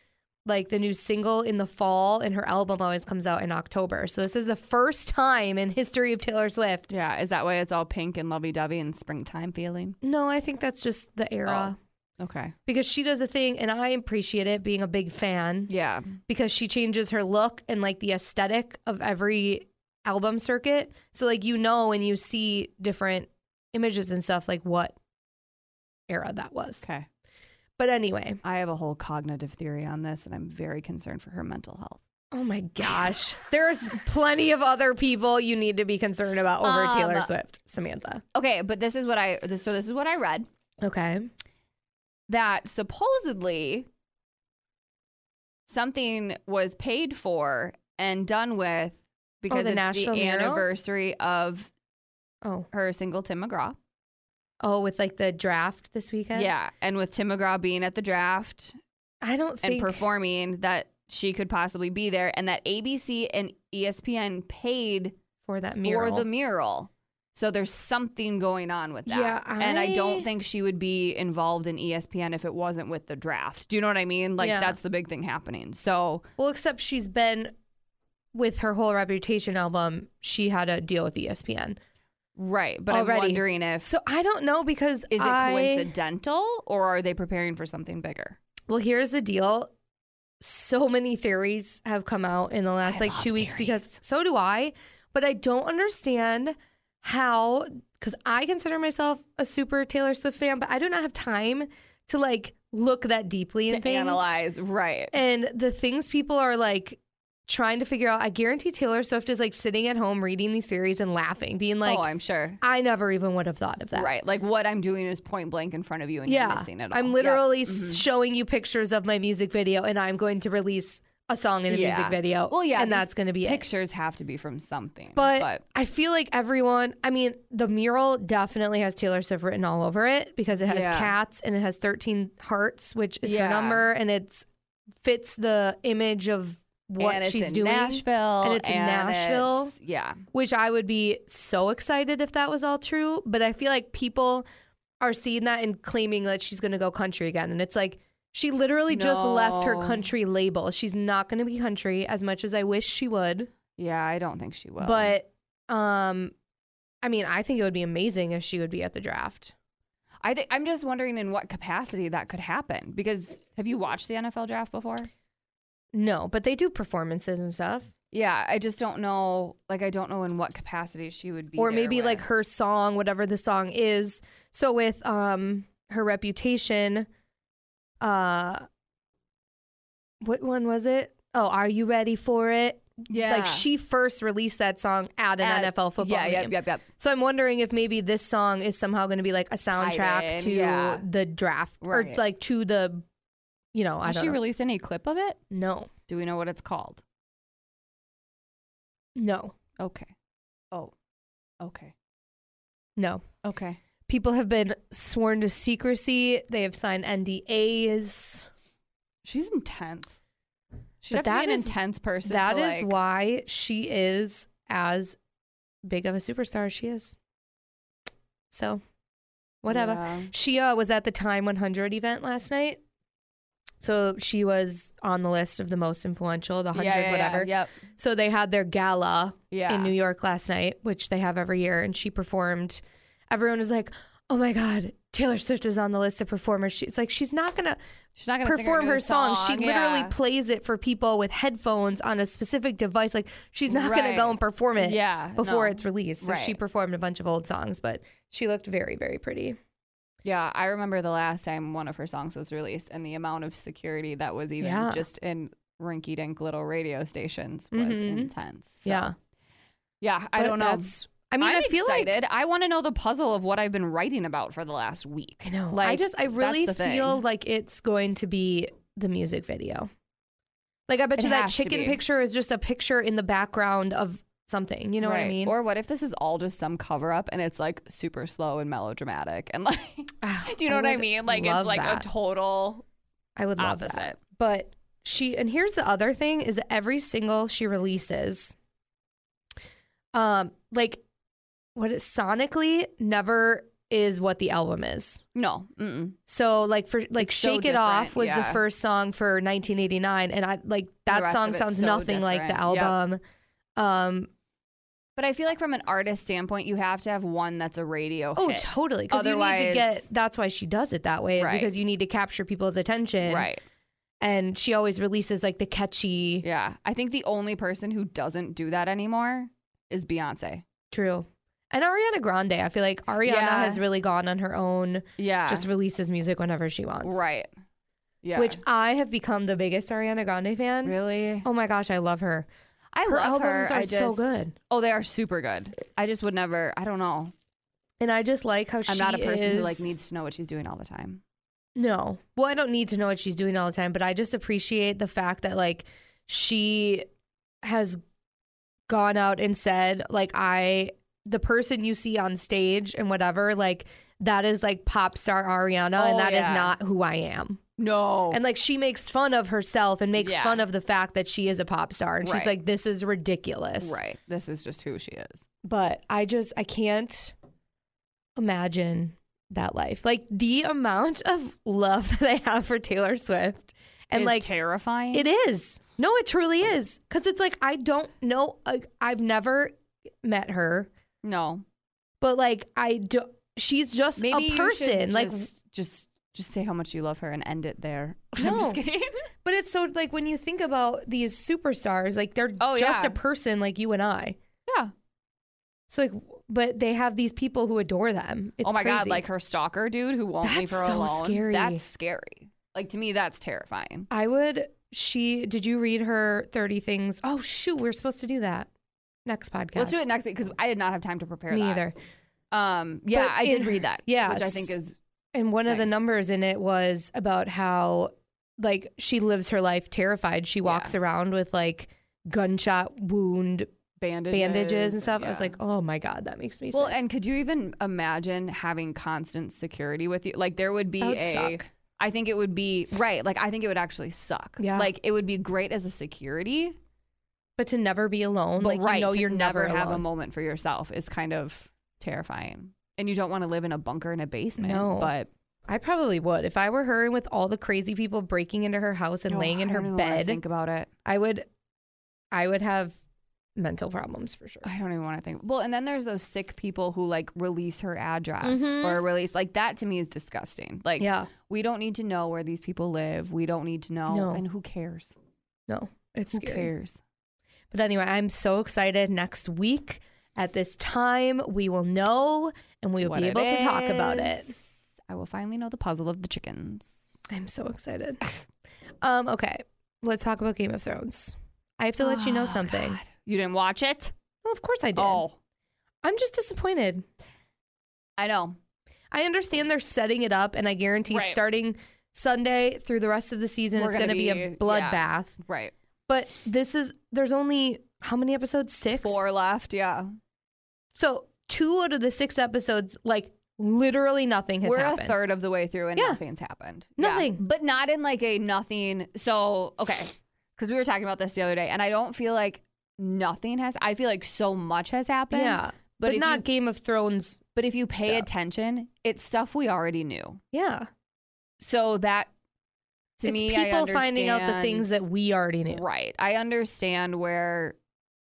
C: like the new single in the fall, and her album always comes out in October. So this is the first time in history of Taylor Swift.
D: Yeah, is that why it's all pink and lovey dovey and springtime feeling?
C: No, I think that's just the era
D: Oh. Okay.
C: because she does a thing, and I appreciate it being a big fan
D: Yeah.
C: because she changes her look and like the aesthetic of every album circuit. So like you know when you see different images and stuff like what era that was.
D: Okay.
C: But anyway,
D: I have a whole cognitive theory on this, and I'm very concerned for her mental health.
C: Oh my
D: [laughs]
C: gosh. There's plenty of other people you need to be concerned about over
D: Um,
C: Taylor Swift, Samantha.
D: Okay, but this is what I this, so this is what I read
C: Okay.
D: that supposedly something was paid for and done with because
C: the
D: it's
C: Nashville
D: the
C: mural?
D: anniversary of
C: Oh.
D: her single Tim McGraw.
C: Oh, with like the draft this weekend?
D: Yeah, and with Tim McGraw being at the draft
C: I don't think
D: and performing, that she could possibly be there, and that ABC and E ESPN paid
C: for that mural.
D: for the mural. So there's something going on with that.
C: Yeah,
D: And I
C: I-
D: don't think she would be involved in E ESPN if it wasn't with the draft. Do you know what I mean? Like
C: Yeah.
D: that's the big thing happening. So
C: well, except she's been with her whole Reputation album, she had a deal with E ESPN.
D: right, but
C: Already.
D: I'm wondering if
C: So I don't know because
D: is it
C: I-
D: coincidental or are they preparing for something bigger?
C: Well, here's the deal. So many theories have come out in the last
D: I
C: like
D: love
C: two weeks because so do I, but I don't understand how because I consider myself a super Taylor Swift fan, but I do not have time to like look that deeply in
D: To
C: things.
D: analyze, right?
C: And the things people are like trying to figure out. I guarantee Taylor Swift is like sitting at home reading these theories and laughing, being like,
D: oh, I'm sure.
C: I never even would have thought of that.
D: Right. Like what I'm doing is point blank in front of you and you're
C: Yeah.
D: missing it all.
C: I'm
D: Yep.
C: literally s showing you pictures of my music video and I'm going to release a song in a music
D: Yeah.
C: video.
D: Well, yeah.
C: And
D: these
C: that's going to be it.
D: Pictures have to be from something.
C: But, I feel like everyone, I mean, the mural definitely has Taylor Swift written all over it because it has
D: Yeah.
C: cats and it has 13 hearts, which is
D: Yeah.
C: her number, and it's fits the image of what
D: and it's
C: she's
D: in
C: doing.
D: Nashville.
C: And it's in Nashville.
D: it's- yeah.
C: Which I would be so excited if that was all true. But I feel like people are seeing that and claiming that she's going to go country again. And it's like, she literally just left her
D: No.
C: country label. She's not going to be country as much as I wish she would.
D: Yeah, I don't think she will.
C: But um I mean, I think it would be amazing if she would be at the draft.
D: I think I'm just wondering in what capacity that could happen because have you watched the NFL draft before?
C: No, but they do performances and stuff.
D: Yeah, I just don't know. Like, I don't know in what capacity she would be.
C: or
D: there
C: maybe like
D: with-
C: her song, whatever the song is. So with um her reputation, uh what one was it? Oh, are you ready for it?
D: yeah,
C: Like she first released that song at an
D: At-
C: NFL football
D: yeah,
C: game.
D: Yep, yep, yep.
C: So I'm wondering if maybe this song is somehow going to be like a soundtrack
D: in,
C: to
D: yeah.
C: the draft or
D: Right.
C: like to the, you know, I
D: Has
C: don't
D: she
C: know.
D: released any clip of it?
C: no.
D: Do we know what it's called?
C: No,
D: Okay. Oh. Okay.
C: no.
D: Okay.
C: People have been sworn to secrecy. They have signed NDAs.
D: She's intense. She'd have
C: But
D: to be
C: that
D: an
C: is-
D: intense person.
C: That
D: to,
C: is
D: like-
C: why she is as big of a superstar as she is. So, whatever.
D: Yeah.
C: She uh, was at the Time 100 event last night. So she was on the list of the most influential, the 100,
D: Yeah, yeah,
C: whatever.
D: Yeah, yep.
C: So they had their gala
D: Yeah.
C: in New York last night, which they have every year, and she performed. Everyone was like, "Oh my God, Taylor Swift is on the list of performers." She's like, she's not gonna
D: She's not gonna sing
C: perform
D: new
C: her song. She literally
D: yeah.
C: plays it for people with headphones on a specific device. Like she's not gonna
D: Right.
C: go and perform it
D: Yeah,
C: before
D: no.
C: it's released. So she
D: Right.
C: performed a bunch of old songs, but she looked very, very pretty.
D: Yeah, I remember the last time one of her songs was released, and the amount of security that was even
C: Yeah.
D: just in rinky-dink little radio stations was
C: Mhm.
D: intense. So,
C: yeah,
D: yeah, I
C: But
D: don't know.
C: that's- I mean,
D: I'm
C: I feel like
D: excited. I want to know the puzzle of what I've been writing about for the last week.
C: I know. I
D: Like,
C: just I
D: that's
C: really
D: the
C: feel
D: thing.
C: like it's going to be the music video. Like I bet
D: It
C: you that
D: has to
C: chicken
D: be.
C: picture is just a picture in the background of something. You know what I
D: Right.
C: mean? [sighs]
D: Or what if this is all just some cover up and it's like super slow and melodramatic and [laughs] like,
C: Ah,
D: do you know what I
C: would
D: mean? Like it's
C: love
D: like
C: that.
D: a total
C: I would love
D: opposite.
C: that. But she and here's the other thing is that every single she releases, um, like what is sonically never is what the album is.
D: No, mm-mm.
C: So like for like
D: It's so
C: Shake It Off
D: different,
C: was the
D: yeah.
C: first song for 1989 and I like that
D: rest
C: song
D: of it's
C: sounds
D: so
C: nothing like the
D: different. Yep.
C: album. Um
D: But I feel like from an artist standpoint, you have to have one that's a radio.
C: oh
D: hit.
C: totally cuz you need to
D: Otherwise-
C: get that's why she does it that way is
D: Right.
C: because you need to capture people's attention.
D: Right.
C: And she always releases like the catchy
D: Yeah. I think the only person who doesn't do that anymore is Beyonce.
C: true. And Ariana Grande, I feel like Ariana
D: Yeah.
C: has really gone on her own
D: Yeah.
C: just releases music whenever she wants.
D: right. Yeah.
C: Which I have become the biggest Ariana Grande fan.
D: really?
C: Oh my gosh, I love her.
D: I
C: her
D: love
C: albums
D: her.
C: are
D: I
C: so
D: just,
C: good.
D: Oh, they are super good. I just would never. I don't know.
C: And I just like how
D: I'm
C: she
D: not a person who like
C: is-
D: needs to know what she's doing all the time.
C: No. Well, I don't need to know what she's doing all the time, but I just appreciate the fact that like she has gone out and said like I the person you see on stage and whatever like that is like pop star Ariana
D: Oh,
C: and that is
D: yeah.
C: not who I am.
D: No.
C: And like she makes fun of herself and makes
D: Yeah.
C: fun of the fact that she is a pop star and she's
D: Right.
C: like this is ridiculous.
D: right. This is just who she is.
C: But I just I can't imagine that life. Like the amount of love [laughs] that I have for Taylor Swift and
D: Is
C: like
D: terrifying.
C: it is. No, it truly is. Cuz it's like I don't know like, I've never met her,
D: No.
C: but like I do she's just
D: Maybe you
C: a
D: should
C: person. Like
D: just, just just say how much you love her and end it there. [laughs] I'm
C: No.
D: just kidding.
C: but it's so like when you think about these superstars, like they're
D: Oh,
C: just
D: yeah.
C: a person like you and I.
D: Yeah.
C: So like but they have these people who adore them. It's
D: oh my god,
C: crazy.
D: like her stalker dude who won't leave
C: That's
D: her
C: so
D: alone.
C: scary.
D: That's scary. Like to me, that's terrifying.
C: I would she did you read her 30 things? Oh shoot, we are supposed to do that next podcast.
D: Let's do it next week because I did not have time to prepare
C: Me
D: that.
C: either.
D: Um, yeah,
C: But
D: I did
C: in-
D: read that.
C: yeah,
D: which I think
C: s-
D: is
C: And one of the
D: Nice.
C: numbers in it was about how like she lives her life terrified. She walks around with like gunshot wound
D: bandages,
C: bandages and stuff. I was
D: yeah.
C: like, "Oh my god, that makes me
D: well, eh,
C: sick."
D: and could you even imagine having constant security with you? Like there would be
C: That would
D: a. I
C: suck.
D: think it would be right. Like I think it would actually suck.
C: Yeah.
D: Like it would be great as a security,
C: But to never be alone,
D: but
C: like
D: right,
C: you know
D: to
C: you're
D: never,
C: never
D: have a
C: alone.
D: moment for yourself is kind of terrifying, and you don't want to live in a bunker in a basement.
C: No.
D: but
C: I probably would if I were her and with all the crazy people breaking into her house and
D: Oh,
C: laying in
D: I
C: her
D: don't even wanna
C: bed.
D: think about it.
C: I would I would have mental problems for sure.
D: I don't even want to think. Well, and then there's those sick people who like release her address
C: Mhm.
D: or release like that to me is disgusting. Like
C: Yeah.
D: we don't need to know where these people live. We don't need to know
C: No.
D: and who cares?
C: No. It's
D: who
C: scary.
D: cares?
C: But anyway, I'm so excited next week at this time we will know and we will
D: What
C: be
D: it
C: able to talk about it.
D: is. I will finally know the puzzle of the chickens.
C: I'm so excited. um okay, let's talk about Game of Thrones. I have to let you know
D: Oh,
C: something.
D: God. You didn't watch it?
C: Well, of course I did.
D: Oh,
C: I'm just disappointed.
D: I know.
C: I understand they're setting it up, and I guarantee
D: Right.
C: starting Sunday through the rest of the season,
D: We're
C: it's
D: gonna
C: going to be, a
D: be-
C: bloodbath.
D: yeah. Right.
C: But this is there's only how many episodes? Six.
D: Four left. Yeah.
C: So two out of the six episodes, like literally nothing has
D: We're
C: happened.
D: a third of the way through and
C: Yeah.
D: nothing's happened. Yeah.
C: Nothing.
D: But not in like a nothing. So, okay. Because we were talking about this the other day, and I don't feel like nothing has. I feel like so much has happened.
C: yeah,
D: But,
C: but,
D: if
C: not
D: You,
C: Game of Thrones.
D: but if you pay
C: stuff.
D: attention, it's stuff we already knew.
C: Yeah,
D: So that to
C: it's
D: me, I
C: people finding out the things that
D: understand-
C: we already knew.
D: right. I understand where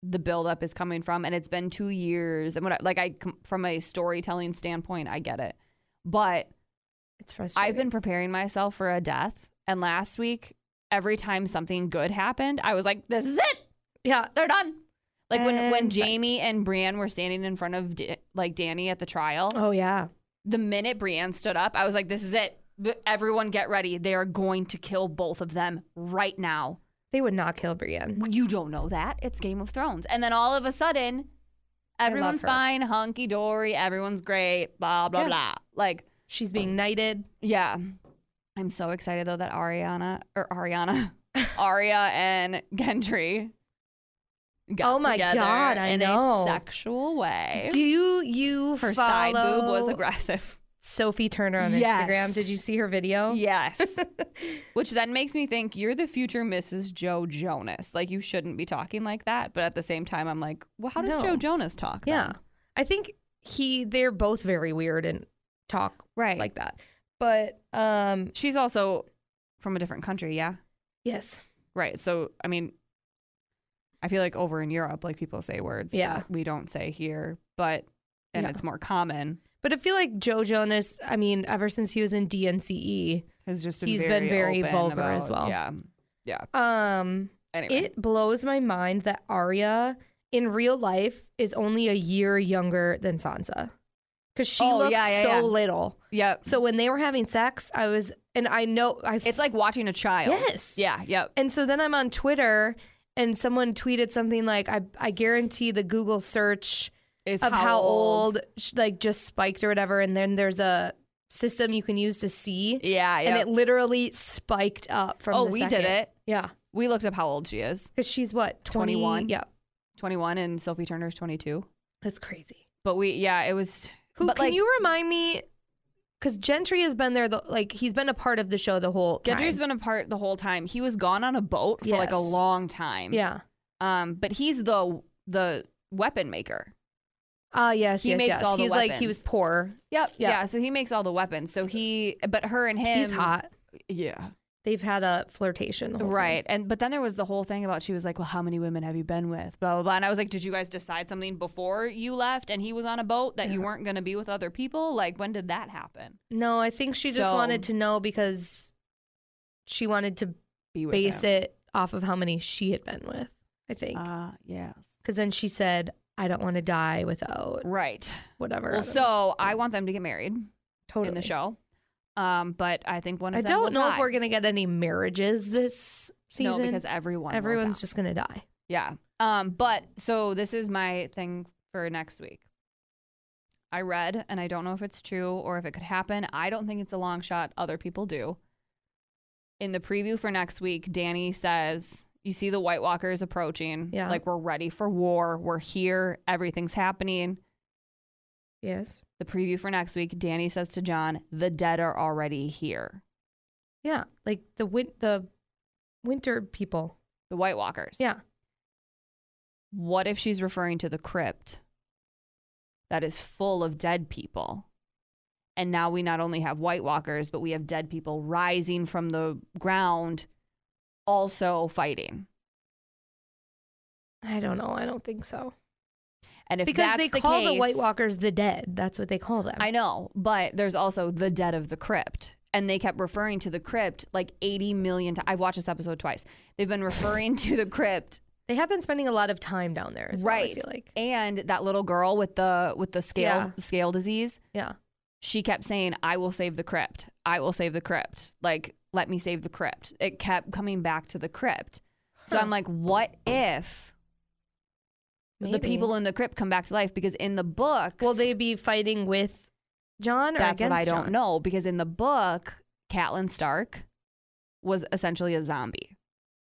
D: the buildup is coming from, and it's been two years. And what, I, like, I com- from a storytelling standpoint, I get it. But
C: It's frustrating.
D: I've been preparing myself for a death, and last week, every time something good happened, I was like, "This is it.
C: yeah.
D: They're done." Like when when
C: And psych.
D: Jamie and Brienne were standing in front of D- like Danny at the trial,
C: Oh yeah.
D: the minute Brienne stood up, I was like, "This is it. Th- Everyone, get ready. They are going to kill both of them right now."
C: They would not kill Brienne.
D: Well, you don't know that. It's Game of Thrones. And then all of a sudden,
C: love
D: everyone's
C: her.
D: fine, hunky dory, everyone's great, blah, blah,
C: Yeah.
D: blah. Like,
C: She's being knighted.
D: yeah. I'm so excited though that Ariana or
C: [laughs]
D: Ariana, Aria and Gendry got
C: Oh my
D: together
C: God, I
D: in
C: know.
D: a sexual way.
C: Do you
D: Her
C: follow
D: side boob was aggressive.
C: Sophie Turner on
D: Yes.
C: Instagram? Did you see her video? [laughs]
D: Yes. Which then makes me think you're the future Mrs. Joe Jonas. Like you shouldn't be talking like that, but at the same time I'm like, well how does
C: No.
D: Joe Jonas talk?
C: Yeah.
D: then?
C: I think he they're both very weird and talk
D: Right.
C: like that. But um
D: She's also from a different country, yeah.
C: yes.
D: Right. So I mean I feel like over in Europe like people say words
C: Yeah.
D: that we don't say here, but and
C: Yeah.
D: it's more common.
C: But I feel like Joe Jonas, I mean, ever since he was in DNCE,
D: Has just been
C: He's
D: very
C: been very
D: open
C: vulgar
D: about-
C: as well.
D: Yeah.
C: um
D: Anyway.
C: it blows my mind that Arya in real life is only a year younger than Sansa. Cuz she
D: Oh,
C: looks
D: yeah, yeah,
C: so
D: yeah.
C: little.
D: yep.
C: So when they were having sex, I was and I know I
D: It's like watching a child.
C: Yes.
D: Yeah, yep.
C: And so then I'm on Twitter and someone tweeted something like I I guarantee the Google search
D: Is
C: of how old, sh like just spiked or whatever and then there's a system you can use to see
D: Yeah, yeah.
C: and it literally spiked up from
D: oh,
C: the
D: we did
C: second.
D: it.
C: yeah
D: We looked up how old she is.
C: because she's what 20,
D: 21?
C: yeah
D: 21 and Sophie Turner's 22.
C: that's crazy
D: But we, yeah, it was.
C: who
D: but
C: can
D: like,
C: you remind me because gentry has been there the, like he's been a part of the show the whole time.
D: Gendry's been apart the whole time. He was gone on a boat for like a
C: Yes.
D: long time.
C: yeah
D: Um, but he's the the weapon maker.
C: ah yes
D: He
C: yes
D: makes
C: yes
D: all the
C: he's like he was
D: weapons.
C: poor
D: Yep.
C: Yeah.
D: Yeah. So he makes all the weapons. So he, but her and him.
C: he's hot
D: Yeah.
C: they've had a flirtation the whole time.
D: Right. And but then there was the whole thing about she was like, well, how many women have you been with? Blah blah blah. And I was like, did you guys decide something before you left? And he was on a boat that you
C: Yeah.
D: weren't going to be with other people. Like, when did that happen?
C: no i think she just
D: So-
C: wanted to know because she wanted to
D: Be with
C: base
D: him.
C: it off of how many she had been with i think
D: Uh, yes.
C: because then she said i don't want to die without
D: Right.
C: whatever I
D: Well,
C: don't
D: so I want them to get married
C: know. totally
D: in the show. Um, but I think one of
C: I
D: them will
C: don't know
D: die.
C: if we're gonna get any marriages this season.
D: No, because everyone will
C: everyone's
D: die.
C: just gonna die.
D: yeah. Um, but so this is my thing for next week. I read, and I don't know if it's true or if it could happen. I don't think it's a long shot. Other people do. In the preview for next week, Danny says, "You see the White Walkers approaching.
C: Yeah.
D: Like we're ready for war. We're here. Everything's happening."
C: Yes.
D: The preview for next week, Danny says to John, "The dead are already here.
C: Yeah. Like the win- the winter people.
D: The White Walkers."
C: Yeah.
D: What if she's referring to the crypt that is full of dead people? And now we not only have White Walkers, but we have dead people rising from the ground, also fighting.
C: I don't know. I don't think so.
D: And if
C: because
D: that's
C: they
D: the
C: call
D: case,
C: the White Walkers the dead. That's what they call them.
D: I know, but there's also the dead of the crypt. And they kept referring to the crypt like 80 million times. I've watched this episode twice. They've been referring to the crypt
C: they have been spending a lot of time down there. As well, I
D: right
C: feel like.
D: and that little girl with the with the scale
C: Yeah.
D: scale disease
C: Yeah.
D: she kept saying i will save the crypt i will save the crypt like let me save the crypt it kept coming back to the crypt so
C: Huh.
D: i'm like what if the
C: Maybe.
D: people in the crypt come back to life because in the book
C: Will they be fighting with John or
D: that's what
C: against
D: i don't
C: John?
D: know because in the book catelyn stark was essentially a zombie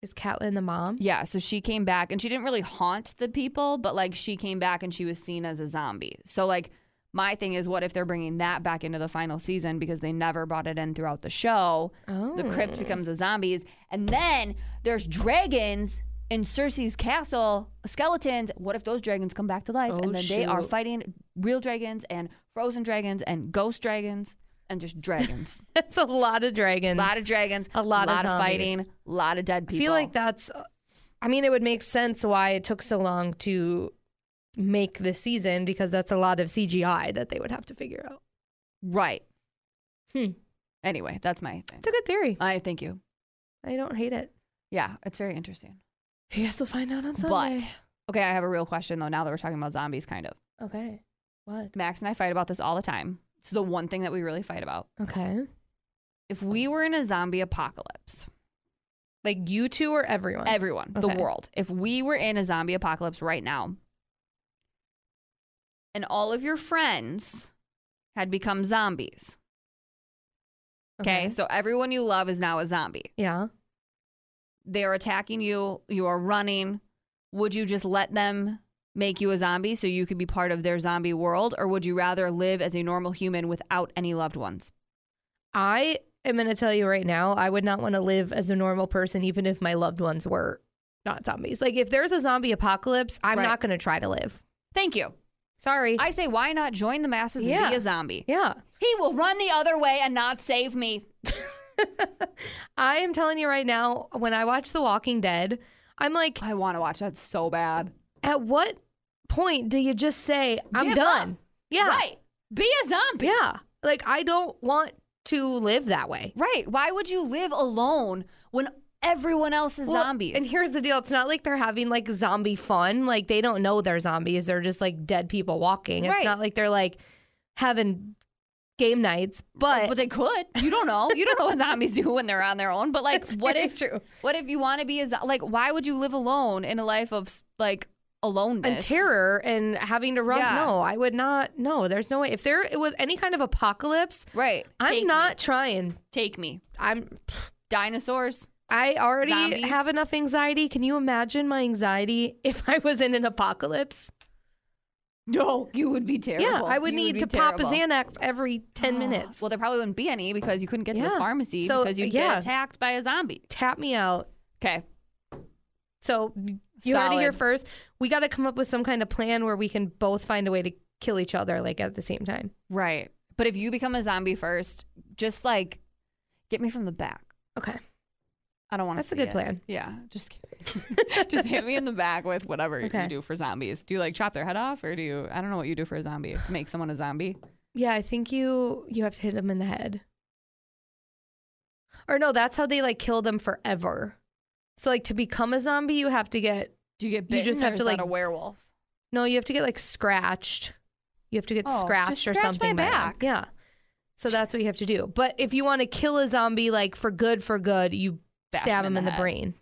C: Is Catelyn the
D: [laughs]
C: mom?
D: Yeah, so she came back and she didn't really haunt the people, but like she came back and she was seen as a zombie. So like my thing is what if they're bringing that back into the final season because they never brought it in throughout the show.
C: Oh.
D: The crypt becomes a zombies and then there's dragons in Cersei's castle, skeletons. What if those dragons come back to life
C: Oh,
D: and then they are
C: shoot.
D: fighting real dragons and frozen dragons and ghost dragons and
C: [laughs]
D: just dragons.
C: That's a lot of
D: a
C: dragons.
D: lot of dragons,
C: A lot of
D: lot
C: zombies.
D: fighting, a lot of dead people.
C: I feel like that's. I mean, it would make sense why it took so long to make the season because that's a lot of CGI that they would have to figure out.
D: Right.
C: Hmm.
D: Anyway, that's my thing.
C: It's a good theory.
D: I thank you.
C: I don't hate it.
D: Yeah, it's very interesting.
C: I guess we'll find out on Sunday.
D: But okay, I have a real question though. Now that we're talking about zombies, kind of.
C: okay. What?
D: Max and I fight about this all the time. It's the one thing that we really fight about.
C: Okay.
D: If we were in a zombie apocalypse,
C: Like you two or everyone?
D: everyone,
C: Okay.
D: the world, if we were in a zombie apocalypse right now, and all of your friends had become zombies, okay. So everyone you love is now a zombie.
C: Yeah.
D: they're attacking you, you are running, would you just let them make you a zombie so you could be part of their zombie world? Or would you rather live as a normal human without any loved ones?
C: I am going to tell you right now, I would not want to live as a normal person, even if my loved ones were not zombies. Like, if there's a zombie apocalypse, I'm
D: Right.
C: not going to try to live.
D: Thank you.
C: Sorry.
D: I say, why not join the masses and
C: Yeah.
D: be a zombie?
C: yeah.
D: He will run the other way and not save me.
C: I am telling you right now, when I watch The Walking Dead, I'm like,
D: I want to watch that so bad.
C: at what point do you just say, I'm
D: Give
C: done?
D: up.
C: Yeah.
D: Right. Be a zombie.
C: Yeah. Like, I don't want to live that way.
D: Right. Why would you live alone when everyone else is
C: Well,
D: zombies?
C: And here's the deal it's not like they're having like zombie fun. Like they don't know they're zombies. They're just like dead people walking. It's
D: Right.
C: not like they're like having game nights, but,
D: But they could. You don't know. You don't know [laughs] what zombies do when they're on their own. But like,
C: That's
D: what
C: very
D: if
C: true.
D: what if you want to be a zo- like? Why would you live alone in a life of s- like aloneness
C: and terror and having to run.
D: Yeah.
C: No, I would not. No, there's no way. If there was any kind of apocalypse,
D: Right.
C: I'm
D: Take me.
C: not trying.
D: Take me.
C: I'm.
D: Dinosaurs.
C: I already
D: Zombies?
C: have enough anxiety. Can you imagine my anxiety if I was in an apocalypse?
D: No, you would be terrible.
C: Yeah, I would
D: You
C: need
D: be
C: to pop a
D: terrible.
C: Xanax every
D: [gasps]
C: 10 minutes.
D: Well, there probably wouldn't be any because you couldn't get to the
C: Yeah.
D: pharmacy
C: So,
D: because you'd
C: yeah.
D: get attacked by a zombie.
C: Tap me out.
D: Okay.
C: So you heard it here
D: Solid.
C: first. We got to come up with some kind of plan where we can both find a way to kill each other like at the same time.
D: Right. But if you become a zombie first, just like get me from the back.
C: [laughs]
D: [laughs]
C: Okay.
D: I don't want to.
C: That's a good plan.
D: Yeah, just [laughs] just hit me in the back with whatever
C: Okay.
D: you do for zombies. Do you like chop their head off, or do you? I don't know what you do for a zombie to make someone a zombie.
C: Yeah, I think you you have to hit them in the head. Or no, that's how they like kill them forever. So like to become a zombie, you have to get
D: Do you get
C: You just
D: bitten,
C: have
D: or
C: to,
D: is that
C: like,
D: a werewolf.
C: no, you have to get like scratched. You have to get
D: Oh, just
C: scratched or
D: scratch my
C: something. by them.
D: back.
C: Yeah. So that's what you have to do. But if you want to kill a zombie, like for good, for good, you
D: Bash
C: stab him
D: him in
C: in
D: the
C: the
D: head.
C: brain.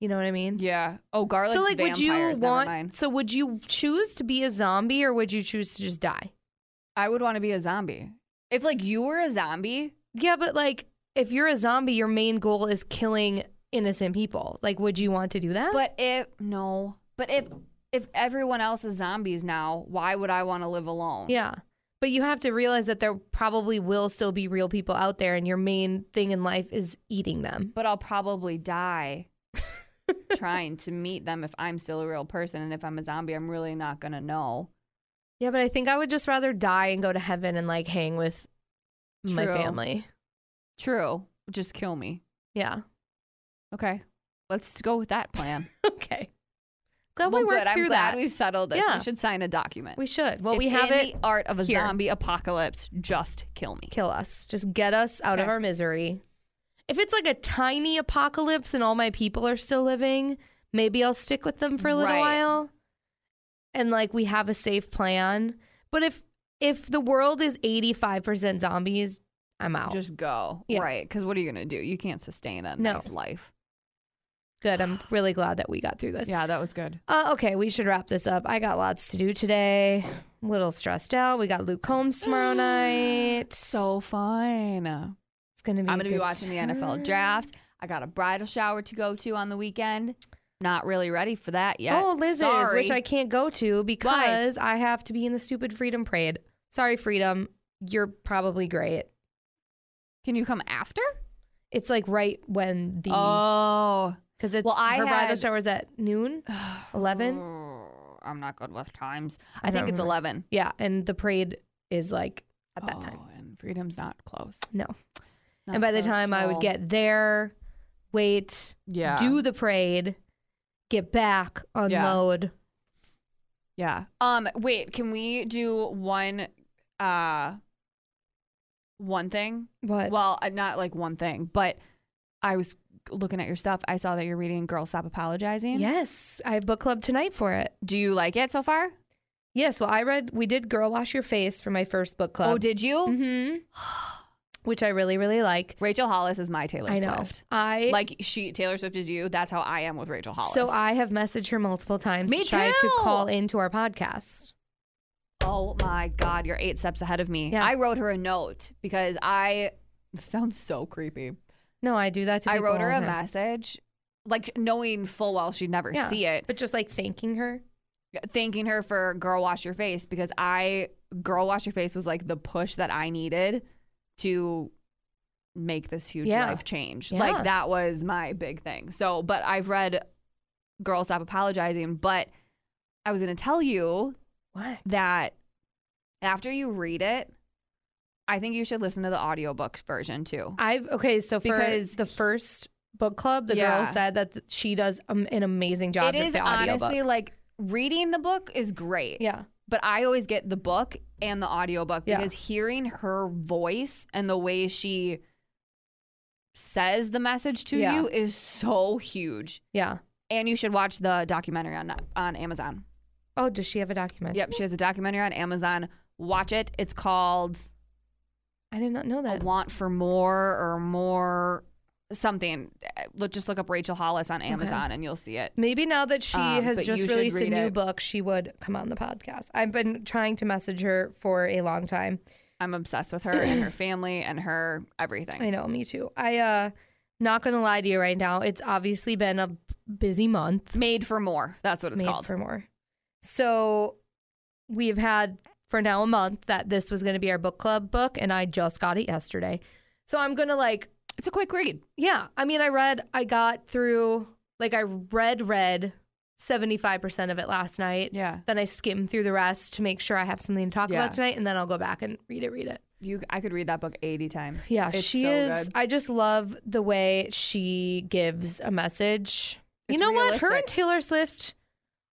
C: You know what I mean?
D: Yeah. Oh, garlic.
C: so like, would you
D: vampires, never
C: want?
D: mind.
C: So would you choose to be a zombie, or would you choose to just die?
D: I would want to be a zombie. If like you were a zombie,
C: Yeah, but like, if you're a zombie, your main goal is killing innocent people. Like, would you want to do that?
D: but if no, but if if everyone else is zombies now, why would I want to live alone?
C: Yeah. But you have to realize that there probably will still be real people out there, and your main thing in life is eating them.
D: But I'll probably [laughs] die trying to meet them if I'm still a real person, and if I'm a zombie, I'm really not gonna know.
C: Yeah, but I think I would just rather die and go to heaven and like hang with my
D: True.
C: family.
D: True. Just kill me.
C: Yeah.
D: [laughs] Okay. Let's go with
C: [laughs]
D: that plan.
C: Okay. Glad
D: well,
C: we worked
D: good. I'm
C: through
D: glad
C: that.
D: we've settled this.
C: Yeah.
D: We should sign a document.
C: we should. Well,
D: If
C: we have
D: in
C: it.
D: The art of a
C: here.
D: zombie apocalypse. Just kill me.
C: Kill us. Just get us out of
D: Okay.
C: our misery. If it's like a tiny apocalypse and all my people are still living, maybe I'll stick with them for a little
D: Right.
C: while. And like we have a safe plan. But if if the world is 85% zombies, I'm out.
D: Just go.
C: Yeah.
D: Right. Because what are you going to do? You can't sustain a
C: No.
D: nice life.
C: Good. I'm really glad that we got through this.
D: Yeah, that was good.
C: Uh, okay, we should wrap this up. I got lots to do today. A little stressed out. We got Luke Combs
D: [gasps]
C: tomorrow night.
D: So fun. I'm
C: it's gonna be.
D: going to
C: a
D: be
C: good
D: watching the NFL
C: time.
D: draft. I got a bridal shower to go to on the weekend. Not really ready for that yet.
C: Oh, Liz is,
D: Sorry.
C: which I can't go to because I have to be in the stupid Freedom Parade. Sorry, Freedom. You're probably great.
D: Can you come after?
C: It's like right when the
D: Oh.
C: because it's
D: well, I
C: her bridal
D: had-
C: shower's at
D: [sighs]
C: noon, eleven.
D: Oh, I'm not good with times. I,
C: I
D: think
C: don't
D: it's
C: remember.
D: 11.
C: Yeah, and the parade is like at that time.
D: Oh, And freedom's not close.
C: No,
D: Not
C: and by the
D: close
C: time I
D: till-
C: would get there, wait,
D: yeah.
C: do the parade, get back,
D: Yeah.
C: unload.
D: Yeah. Um wait, can we do one uh one thing?
C: What?
D: Well, uh, not like one thing, but I was looking at your stuff. I saw that you're reading Girl Stop Apologizing.
C: yes, I have book club tonight for it.
D: Do you like it so far?
C: Yes, well, I read we did Girl Wash Your Face for my first book club.
D: Oh, did you?
C: hmm
D: [gasps]
C: Which I really, really like.
D: Rachel Hollis is my Taylor
C: I know.
D: Swift.
C: I like.
D: Like she Taylor Swift is you. That's how I am with Rachel Hollis.
C: So I have messaged her multiple times
D: Me
C: to try to
D: too!
C: call into our podcast.
D: Oh my God, you're eight steps ahead of me.
C: Yeah.
D: I wrote her a note because I this sounds so creepy.
C: No, I do that to
D: I
C: people
D: wrote her
C: all
D: a
C: the time.
D: message, like knowing full well she'd never
C: Yeah.
D: see it,
C: But just like thanking her.
D: thanking her for girl wash your face because I girl wash your face was like the push that I needed to make this huge
C: Yeah.
D: life change.
C: Yeah.
D: Like that was my big thing. So, but I've read Girl Stop Apologizing, but I was going to tell you
C: What?
D: that after you read it, I think you should listen to the audiobook version too.
C: I've okay. So for
D: Because-
C: the first book club, the
D: Yeah.
C: girl said that th- she does um, an amazing job.
D: it
C: with
D: is
C: the audiobook.
D: honestly like reading the book is great.
C: yeah.
D: But I always get the book and the audiobook
C: Yeah.
D: because hearing her voice and the way she says the message to
C: Yeah.
D: you is so huge.
C: Yeah.
D: And you should watch the documentary on on Amazon.
C: Oh, does she have a documentary?
D: Yep, she has a documentary on Amazon. Watch it. It's called
C: I did not know
D: a
C: that.
D: want for more or more something. Uh, Look, just look up Rachel Hollis on Amazon and you'll see it.
C: Maybe now that she
D: Um,
C: has
D: but
C: just
D: you should
C: released a
D: read
C: new
D: it.
C: book, she would come on the podcast. I've been trying to message her for a long time.
D: I'm obsessed with her and her family and her everything.
C: I know, me too. I uh not gonna lie to you right now. It's obviously been a busy month.
D: Made for more. That's what it's
C: Made
D: called.
C: for more. So we've had for now a month that this was gonna be our book club book, and I just got it yesterday. So I'm gonna like
D: it's a quick read.
C: yeah, I mean I read I got through like I read read seventy five percent of it last night.
D: Yeah.
C: Then I skim through the rest to make sure I have something to talk
D: Yeah.
C: about tonight, and then I'll go back and read it, read it.
D: You I could read that book 80 times.
C: Yeah,
D: It's
C: she
D: so
C: is.
D: good.
C: I just love the way she gives a message. you
D: It's
C: know what? Her and
D: realistic.
C: Taylor Swift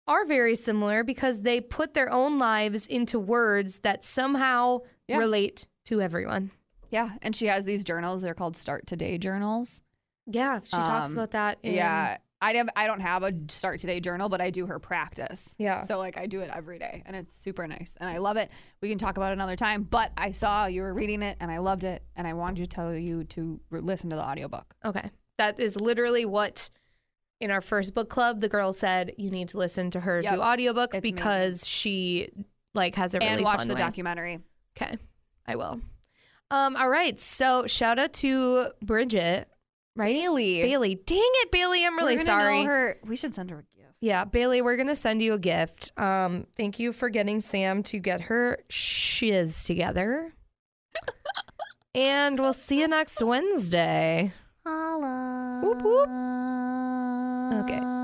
C: are very similar because they put their own lives into words that somehow
D: Yeah.
C: relate to everyone.
D: Yeah, and she has these journals. They're called start today journals.
C: Yeah, she talks
D: Um,
C: about that. In,
D: yeah. I have I don't have a start today journal, but I do her practice.
C: Yeah.
D: So like I do it every day, and it's super nice, and I love it. We can talk about it another time. But I saw you were reading it, and I loved it, and I wanted to tell you to re- listen to the audiobook.
C: Okay. That is literally what in our first book club the girl said you need to listen to her
D: Yep.
C: do audiobooks
D: It's
C: because she like has a really
D: and watch
C: fun
D: the
C: way.
D: documentary.
C: Okay. I will. Um all right. So shout out to Bridget, right?
D: Bailey.
C: Bailey. Dang it, Bailey. I'm really
D: We're gonna know
C: sorry.
D: her- We should send her a gift.
C: Yeah, Bailey, we're gonna send you a gift. Um, thank you for getting Sam to get her shiz together. and we'll see you next Wednesday.
D: Holla.
C: Whoop, whoop.
D: Okay.